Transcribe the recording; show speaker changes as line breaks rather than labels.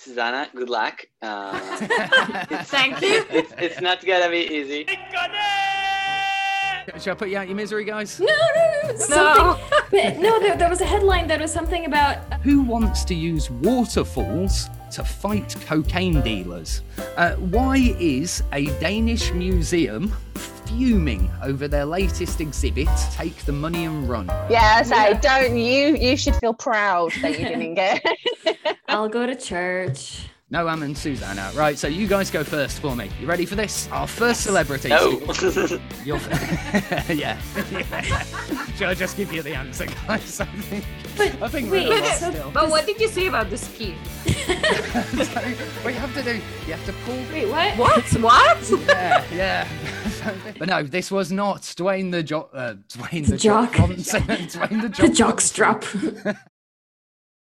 Susanna, good luck. Uh,
Thank you.
it's, it's not gonna be easy.
Should I put you out your misery, guys?
No, no, no. Something, no, there, there was a headline that was something about.
Who wants to use waterfalls to fight cocaine dealers? Uh, why is a Danish museum fuming over their latest exhibit, Take the Money and Run?
Yes, I don't. You you should feel proud that you didn't get.
I'll go to church.
No, I'm and Susanna. Right, so you guys go first for me. You ready for this? Our first celebrity.
No.
You're first. yeah. Shall I just give you the answer, guys? I think,
But
I think
wait,
we're lost
so-
still.
But what did you say about the ski?
So, what you have to do, you have to pull
Wait, what?
What? What?
yeah, yeah. but no, this was not Dwayne the Jock. Uh, Dwayne the,
Jock.
Johnson. Dwayne the
The
Jock.
jock strap.